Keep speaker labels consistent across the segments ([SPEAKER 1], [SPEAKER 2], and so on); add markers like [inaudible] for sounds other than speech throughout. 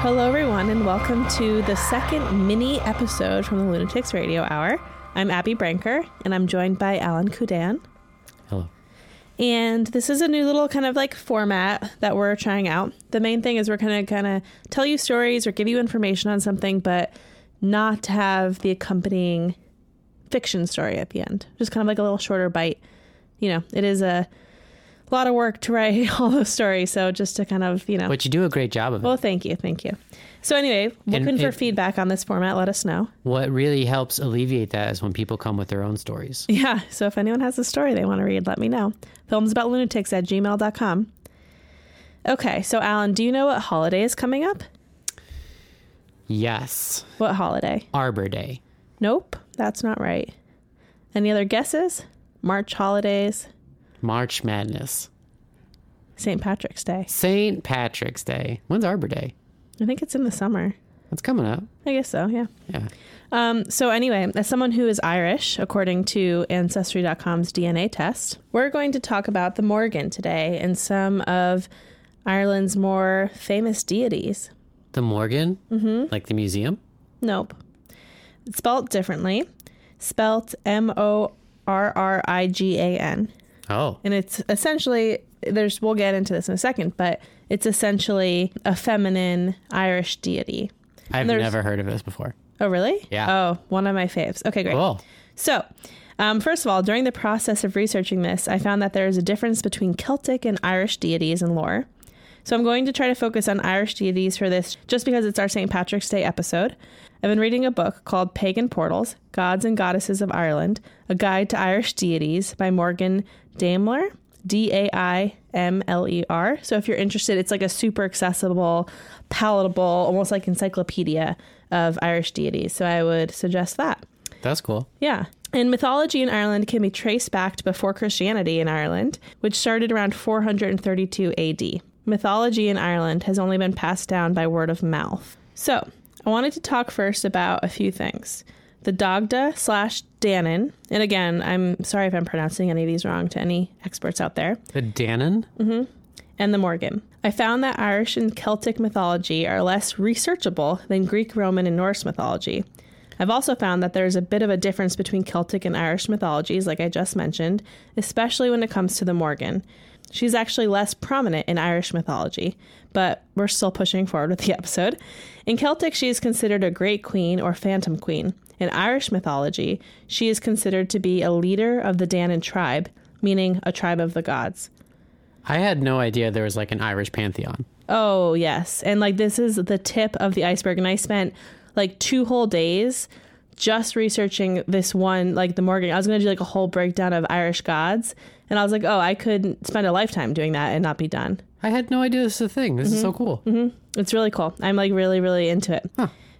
[SPEAKER 1] Hello, everyone, and welcome to the second mini episode from the Lunatics Radio Hour. I'm Abby Branker, and I'm joined by Alan Kudan.
[SPEAKER 2] Hello.
[SPEAKER 1] And this is a new little kind of like format that we're trying out. The main thing is we're going to kind of tell you stories or give you information on something, but not have the accompanying fiction story at the end. Just kind of like a little shorter bite. You know, it is a lot of work to write [laughs] all those stories. So just to kind of, you know.
[SPEAKER 2] But you do a great job of it.
[SPEAKER 1] Well, thank you. Thank you. So, anyway, looking for
[SPEAKER 2] it-
[SPEAKER 1] feedback on this format, let us know.
[SPEAKER 2] What really helps alleviate that is when people come with their own stories.
[SPEAKER 1] Yeah. So, if anyone has a story they want to read, let me know. FilmsaboutLunatics at gmail.com. Okay. So, Alan, do you know what holiday is coming up?
[SPEAKER 2] Yes.
[SPEAKER 1] What holiday?
[SPEAKER 2] Arbor Day.
[SPEAKER 1] Nope. That's not right. Any other guesses? March holidays,
[SPEAKER 2] March Madness.
[SPEAKER 1] St. Patrick's Day.
[SPEAKER 2] St. Patrick's Day. When's Arbor Day?
[SPEAKER 1] I think it's in the summer.
[SPEAKER 2] That's coming up.
[SPEAKER 1] I guess so. Yeah.
[SPEAKER 2] Yeah.
[SPEAKER 1] Um, so, anyway, as someone who is Irish, according to Ancestry.com's DNA test, we're going to talk about the Morgan today and some of Ireland's more famous deities.
[SPEAKER 2] The Morgan? Mm-hmm. Like the museum?
[SPEAKER 1] Nope. It's Spelt differently. Spelt M O R R I G A N.
[SPEAKER 2] Oh.
[SPEAKER 1] And it's essentially, there's, we'll get into this in a second, but it's essentially a feminine Irish deity.
[SPEAKER 2] I've
[SPEAKER 1] there's-
[SPEAKER 2] never heard of this before.
[SPEAKER 1] Oh, really?
[SPEAKER 2] Yeah.
[SPEAKER 1] Oh, one of my faves. Okay, great.
[SPEAKER 2] Oh.
[SPEAKER 1] So, um, first of all, during the process of researching this, I found that there is a difference between Celtic and Irish deities in lore. So, I'm going to try to focus on Irish deities for this just because it's our St. Patrick's Day episode. I've been reading a book called Pagan Portals Gods and Goddesses of Ireland A Guide to Irish Deities by Morgan Daimler. D A I M L E R. So if you're interested, it's like a super accessible, palatable, almost like encyclopedia of Irish deities. So I would suggest that.
[SPEAKER 2] That's cool.
[SPEAKER 1] Yeah. And mythology in Ireland can be traced back to before Christianity in Ireland, which started around 432 AD. Mythology in Ireland has only been passed down by word of mouth. So, I wanted to talk first about a few things. The Dagda slash Danon, and again, I'm sorry if I'm pronouncing any of these wrong to any experts out there,
[SPEAKER 2] The Dannon?
[SPEAKER 1] Mm-hmm. and the Morgan. I found that Irish and Celtic mythology are less researchable than Greek, Roman, and Norse mythology. I've also found that there's a bit of a difference between Celtic and Irish mythologies, like I just mentioned, especially when it comes to the Morgan. She's actually less prominent in Irish mythology, but we're still pushing forward with the episode. In Celtic, she is considered a great queen or phantom queen. In Irish mythology, she is considered to be a leader of the Danan tribe, meaning a tribe of the gods.
[SPEAKER 2] I had no idea there was like an Irish pantheon.
[SPEAKER 1] Oh, yes. And like this is the tip of the iceberg. And I spent like two whole days just researching this one, like the Morgan. I was going to do like a whole breakdown of Irish gods. And I was like, oh, I could spend a lifetime doing that and not be done.
[SPEAKER 2] I had no idea this is a thing. This
[SPEAKER 1] Mm-hmm.
[SPEAKER 2] is so cool.
[SPEAKER 1] It's really cool. I'm like really, really into it.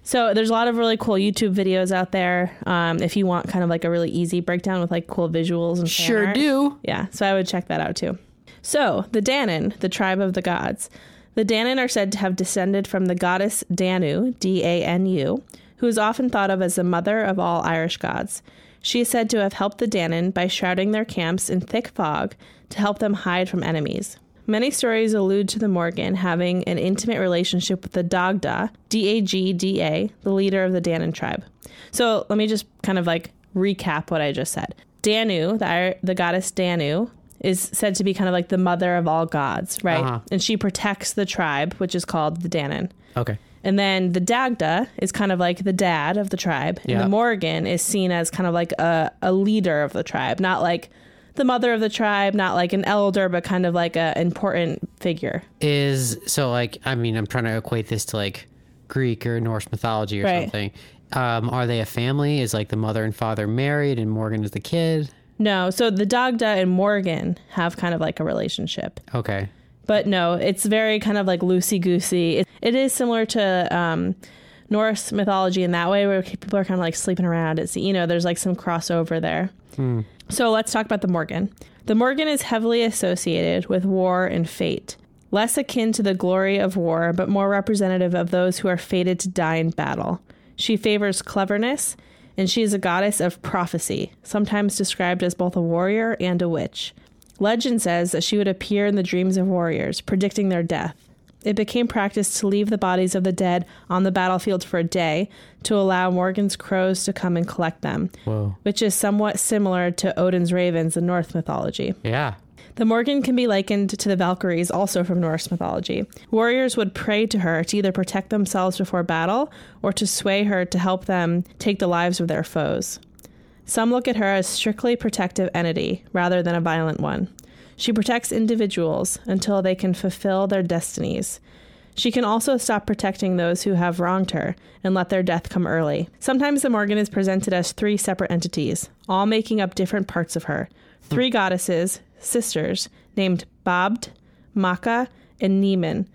[SPEAKER 1] So there's a lot of really cool YouTube videos out there. Um, if you want kind of like a really easy breakdown with like cool visuals and fan
[SPEAKER 2] Sure
[SPEAKER 1] art.
[SPEAKER 2] do.
[SPEAKER 1] Yeah, so I would check that out too. So, the Danan, the tribe of the gods. The Danan are said to have descended from the goddess Danu, D A N U, who is often thought of as the mother of all Irish gods. She is said to have helped the Danan by shrouding their camps in thick fog to help them hide from enemies. Many stories allude to the Morgan having an intimate relationship with the Dagda, D A G D A, the leader of the Danan tribe. So let me just kind of like recap what I just said. Danu, the, Ir- the goddess Danu, is said to be kind of like the mother of all gods, right?
[SPEAKER 2] Uh-huh.
[SPEAKER 1] And she protects the tribe, which is called the Danan.
[SPEAKER 2] Okay.
[SPEAKER 1] And then the Dagda is kind of like the dad of the tribe. And
[SPEAKER 2] Yeah.
[SPEAKER 1] the Morgan is seen as kind of like a, a leader of the tribe, not like the mother of the tribe, not like an elder, but kind of like an important figure.
[SPEAKER 2] is so like I mean I'm trying to equate this to like Greek or Norse mythology or
[SPEAKER 1] Right.
[SPEAKER 2] something. Um, are they a family? Is like the mother and father married and Morgan is the kid?
[SPEAKER 1] No, so the Dagda and Morgan have kind of like a relationship.
[SPEAKER 2] Okay.
[SPEAKER 1] But no, it's very kind of like loosey goosey. It, it is similar to um, Norse mythology in that way, where people are kind of like sleeping around. It's you know, there's like some crossover there. So let's talk about the Morgan. The Morgan is heavily associated with war and fate, less akin to the glory of war, but more representative of those who are fated to die in battle. She favors cleverness, and she is a goddess of prophecy, sometimes described as both a warrior and a witch. Legend says that she would appear in the dreams of warriors, predicting their death. It became practice to leave the bodies of the dead on the battlefield for a day to allow Morgan's crows to come and collect them,
[SPEAKER 2] Whoa.
[SPEAKER 1] which is somewhat similar to Odin's ravens in Norse mythology.
[SPEAKER 2] Yeah.
[SPEAKER 1] The Morgan can be likened to the Valkyries, also from Norse mythology. Warriors would pray to her to either protect themselves before battle or to sway her to help them take the lives of their foes. Some look at her as strictly protective entity rather than a violent one. She protects individuals until they can fulfill their destinies. She can also stop protecting those who have wronged her and let their death come early. Sometimes the Morgan is presented as three separate entities, all making up different parts of her. Three goddesses, sisters, named Babd, Maka, and Nemen,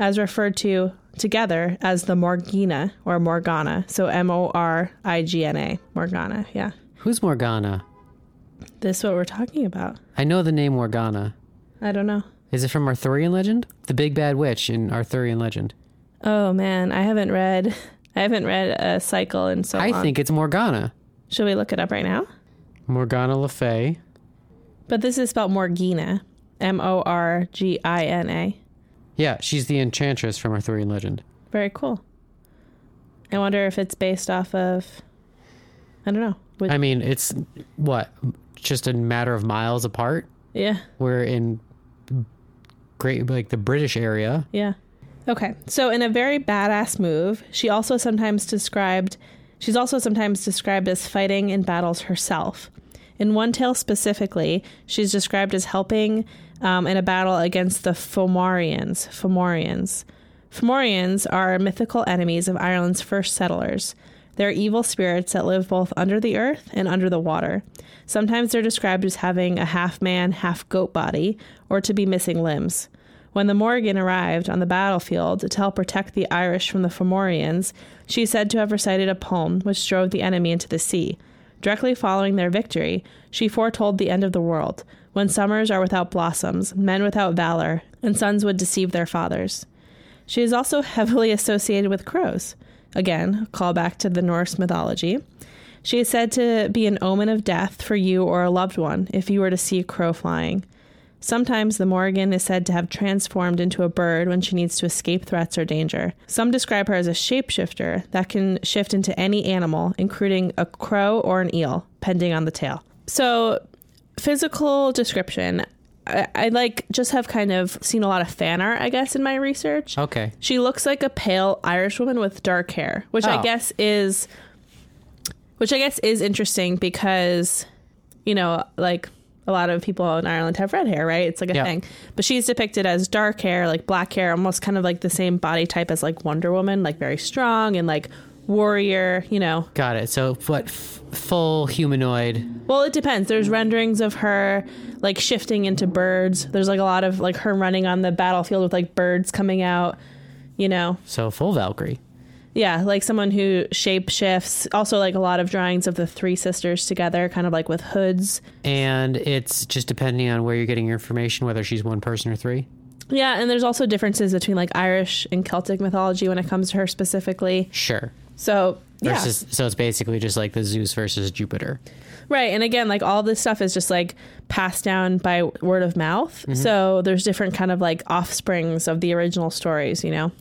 [SPEAKER 1] as referred to together as the Morgana or Morgana. So M O R I G N A, Morgana. Yeah.
[SPEAKER 2] Who's Morgana?
[SPEAKER 1] This is what we're talking about.
[SPEAKER 2] I know the name Morgana.
[SPEAKER 1] I don't know.
[SPEAKER 2] Is it from Arthurian legend? The big bad witch in Arthurian legend.
[SPEAKER 1] Oh man, I haven't read I haven't read a cycle in so
[SPEAKER 2] I
[SPEAKER 1] long.
[SPEAKER 2] think it's Morgana.
[SPEAKER 1] Should we look it up right now?
[SPEAKER 2] Morgana Le Fay.
[SPEAKER 1] But this is spelled Morgana. M O R G I N A.
[SPEAKER 2] Yeah, she's the enchantress from Arthurian legend.
[SPEAKER 1] Very cool. I wonder if it's based off of I don't know. With,
[SPEAKER 2] I mean, it's what? Just a matter of miles apart.
[SPEAKER 1] yeah.
[SPEAKER 2] We're in great like the British area.
[SPEAKER 1] Yeah. Okay. So in a very badass move, she also sometimes described she's also sometimes described as fighting in battles herself. In one tale specifically, she's described as helping um, in a battle against the Fomorians. Fomorians. Fomorians are mythical enemies of Ireland's first settlers. They're evil spirits that live both under the earth and under the water. Sometimes they're described as having a half man, half goat body, or to be missing limbs. When the Morgan arrived on the battlefield to help protect the Irish from the Fomorians, she is said to have recited a poem which drove the enemy into the sea. Directly following their victory, she foretold the end of the world, when summers are without blossoms, men without valor, and sons would deceive their fathers. She is also heavily associated with crows. Again, a callback to the Norse mythology. She is said to be an omen of death for you or a loved one if you were to see a crow flying. Sometimes the Morrigan is said to have transformed into a bird when she needs to escape threats or danger. Some describe her as a shapeshifter that can shift into any animal, including a crow or an eel, pending on the tail. So, physical description. I, I like just have kind of seen a lot of fan art, I guess, in my research.
[SPEAKER 2] Okay.
[SPEAKER 1] She looks like a pale Irish woman with dark hair, which I
[SPEAKER 2] Oh.
[SPEAKER 1] guess is which I guess is interesting because you know, like a lot of people in Ireland have red hair, right? It's like a
[SPEAKER 2] Yeah.
[SPEAKER 1] thing. But she's depicted as dark hair, like black hair, almost kind of like the same body type as like Wonder Woman, like very strong and like warrior, you know,
[SPEAKER 2] Got it. So what? F- full humanoid.
[SPEAKER 1] Well, it depends. There's renderings of her like shifting into birds. There's like a lot of like her running on the battlefield with like birds coming out, you know.
[SPEAKER 2] So full Valkyrie.
[SPEAKER 1] Yeah, like someone who shape shifts. Also like a lot of drawings of the three sisters together, kind of like with hoods.
[SPEAKER 2] And it's just depending on where you're getting your information, whether she's one person or three.
[SPEAKER 1] Yeah, and there's also differences between like Irish and Celtic mythology when it comes to her specifically.
[SPEAKER 2] Sure.
[SPEAKER 1] So, yeah.
[SPEAKER 2] Versus, so it's basically just like the Zeus versus Jupiter.
[SPEAKER 1] Right. And again, like all this stuff is just like passed down by word of mouth. So, there's different kind of like offsprings of the original stories, you know.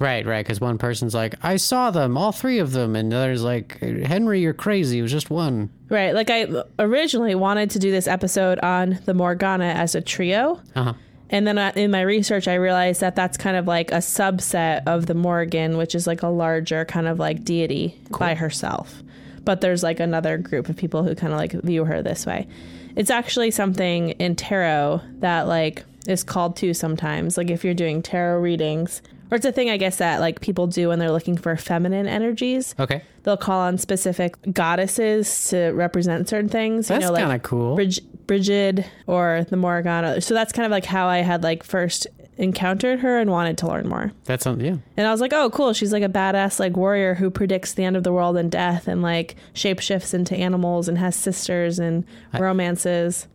[SPEAKER 2] Right, right. Because one person's like, I saw them, all three of them. And the other's like, Henry, you're crazy. It was just one.
[SPEAKER 1] Right. Like I originally wanted to do this episode on the Morgana as a trio.
[SPEAKER 2] Uh huh.
[SPEAKER 1] And then I, in my research, I realized that that's kind of like a subset of the Morgan, which is like a larger kind of like deity by herself. But there's like another group of people who kind of like view her this way. It's actually something in tarot that like is called to sometimes. Like if you're doing tarot readings, or it's a thing I guess that like people do when they're looking for feminine energies
[SPEAKER 2] Okay.
[SPEAKER 1] they'll call on specific goddesses to represent certain things.
[SPEAKER 2] That's
[SPEAKER 1] you know, like
[SPEAKER 2] kind of cool.
[SPEAKER 1] Brig- Brigid or the Morgana. So that's kind of like how I had like first encountered her and wanted to learn more.
[SPEAKER 2] That's something, yeah.
[SPEAKER 1] And I was like, oh, cool. She's like a badass like warrior who predicts the end of the world and death and like shapeshifts into animals and has sisters and romances.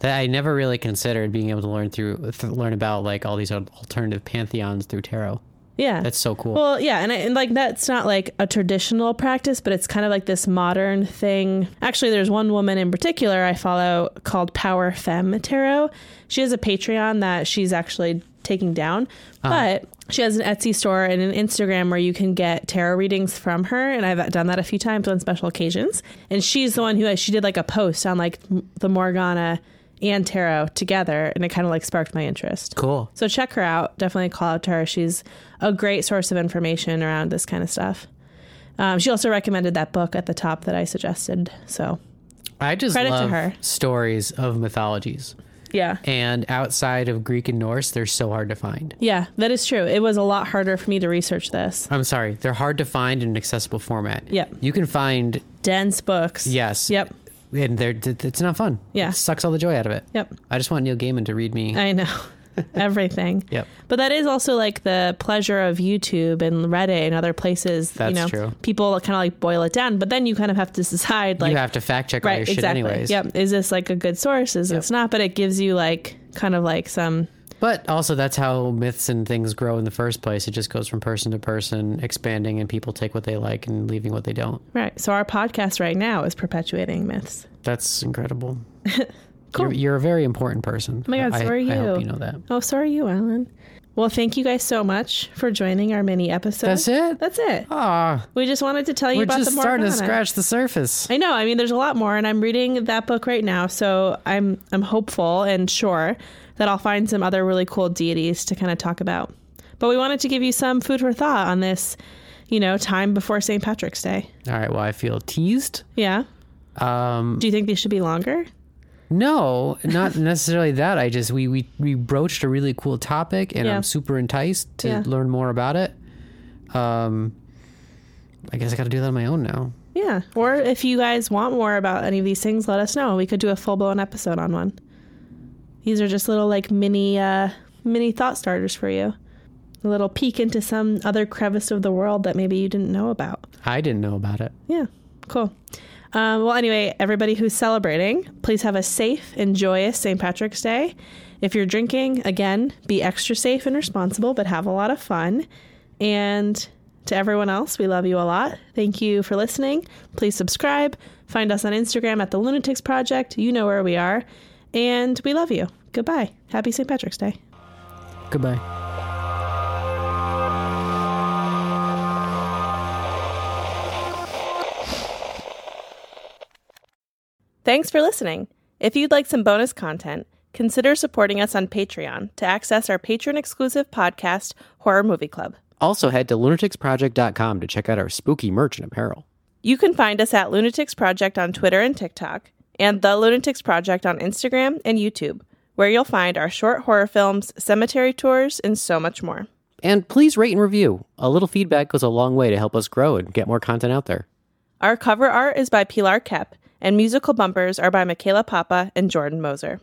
[SPEAKER 2] That I never really considered being able to learn through, th- learn about like all these al- alternative pantheons through tarot.
[SPEAKER 1] Yeah.
[SPEAKER 2] That's so cool.
[SPEAKER 1] Well, yeah, and, I, and like that's not like a traditional practice, but it's kind of like this modern thing. Actually, there's one woman in particular I follow called Power Femme Tarot. She has a Patreon that she's actually taking down, but she has an Etsy store and an Instagram where you can get tarot readings from her. And I've done that a few times on special occasions. And she's the one who she did like a post on like m- the Morgana and tarot together, and it kind of like sparked my interest.
[SPEAKER 2] cool.
[SPEAKER 1] So check her out. Definitely call out to her. She's a great source of information around this kind of stuff. Um, she also recommended that book at the top that I suggested. So
[SPEAKER 2] I just
[SPEAKER 1] Credit to
[SPEAKER 2] love
[SPEAKER 1] her.
[SPEAKER 2] stories of mythologies.
[SPEAKER 1] yeah,
[SPEAKER 2] And outside of Greek and Norse, they're so hard to find.
[SPEAKER 1] yeah, that is true. It was a lot harder for me to research this.
[SPEAKER 2] I'm sorry, they're hard to find in an accessible format.
[SPEAKER 1] Yep.
[SPEAKER 2] You can find,
[SPEAKER 1] Dense books.
[SPEAKER 2] yes.
[SPEAKER 1] Yep.
[SPEAKER 2] And they're, th- it's not fun.
[SPEAKER 1] Yeah.
[SPEAKER 2] It sucks all the joy out of it.
[SPEAKER 1] Yep.
[SPEAKER 2] I just want Neil Gaiman to read me.
[SPEAKER 1] I
[SPEAKER 2] [laughs]
[SPEAKER 1] know. Everything.
[SPEAKER 2] Yep.
[SPEAKER 1] But that is also like the pleasure of YouTube and Reddit and other places.
[SPEAKER 2] That's
[SPEAKER 1] you know,
[SPEAKER 2] true.
[SPEAKER 1] people kind of like boil it down, but then you kind of have to decide like
[SPEAKER 2] you have to fact check all your
[SPEAKER 1] right
[SPEAKER 2] shit
[SPEAKER 1] exactly
[SPEAKER 2] anyways.
[SPEAKER 1] yep is this like a good source is this not but it gives you like kind of like some
[SPEAKER 2] But also, that's how myths and things grow in the first place. It just goes from person to person, expanding, and people take what they like and leaving what they don't.
[SPEAKER 1] right so our podcast right now is perpetuating myths
[SPEAKER 2] That's incredible.
[SPEAKER 1] [laughs] Cool. Oh
[SPEAKER 2] You're, you're a very important person.
[SPEAKER 1] my God,
[SPEAKER 2] I,
[SPEAKER 1] so are
[SPEAKER 2] I hope
[SPEAKER 1] you.
[SPEAKER 2] you know that.
[SPEAKER 1] oh sorry you alan well thank you guys so much for joining our mini episode
[SPEAKER 2] That's it?
[SPEAKER 1] that's it
[SPEAKER 2] Ah,
[SPEAKER 1] we just wanted to tell you
[SPEAKER 2] we're
[SPEAKER 1] about
[SPEAKER 2] just
[SPEAKER 1] the
[SPEAKER 2] starting to
[SPEAKER 1] Morgana.
[SPEAKER 2] scratch the surface.
[SPEAKER 1] I know. I mean, there's a lot more, and I'm reading that book right now, so I'm I'm hopeful and sure that I'll find some other really cool deities to kind of talk about. But we wanted to give you some food for thought on this, you know, time before St. Patrick's Day.
[SPEAKER 2] All right, well, I feel teased.
[SPEAKER 1] Yeah.
[SPEAKER 2] Um,
[SPEAKER 1] Do you think these should be longer?
[SPEAKER 2] no, not [laughs] necessarily that. I just we we, we broached a really cool topic, and
[SPEAKER 1] Yeah.
[SPEAKER 2] I'm super enticed to
[SPEAKER 1] Yeah.
[SPEAKER 2] learn more about it. Um, I guess I got to do that on my own now.
[SPEAKER 1] Yeah. Or if you guys want more about any of these things, let us know. We could do a full blown episode on one. These are just little like mini uh mini thought starters for you. A little peek into some other crevice of the world that maybe you didn't know about.
[SPEAKER 2] I didn't know about it.
[SPEAKER 1] Yeah, cool. Um, well, anyway, everybody who's celebrating, please have a safe and joyous St. Patrick's Day. If you're drinking, again, be extra safe and responsible, but have a lot of fun. And to everyone else, we love you a lot. Thank you for listening. Please subscribe. Find us on Instagram at The Lunatics Project. You know where we are. And we love you. Goodbye. Happy St. Patrick's Day.
[SPEAKER 2] Goodbye.
[SPEAKER 1] Thanks for listening. If you'd like some bonus content, consider supporting us on Patreon to access our patron exclusive podcast, Horror Movie Club.
[SPEAKER 2] Also, head to lunaticsproject.com to check out our spooky merch and apparel.
[SPEAKER 1] You can find us at Lunatics Project on Twitter and TikTok, and The Lunatics Project on Instagram and YouTube, where you'll find our short horror films, cemetery tours, and so much more.
[SPEAKER 2] And please rate and review. A little feedback goes a long way to help us grow and get more content out there.
[SPEAKER 1] Our cover art is by Pilar Kep, and musical bumpers are by Michaela Papa and Jordan Moser.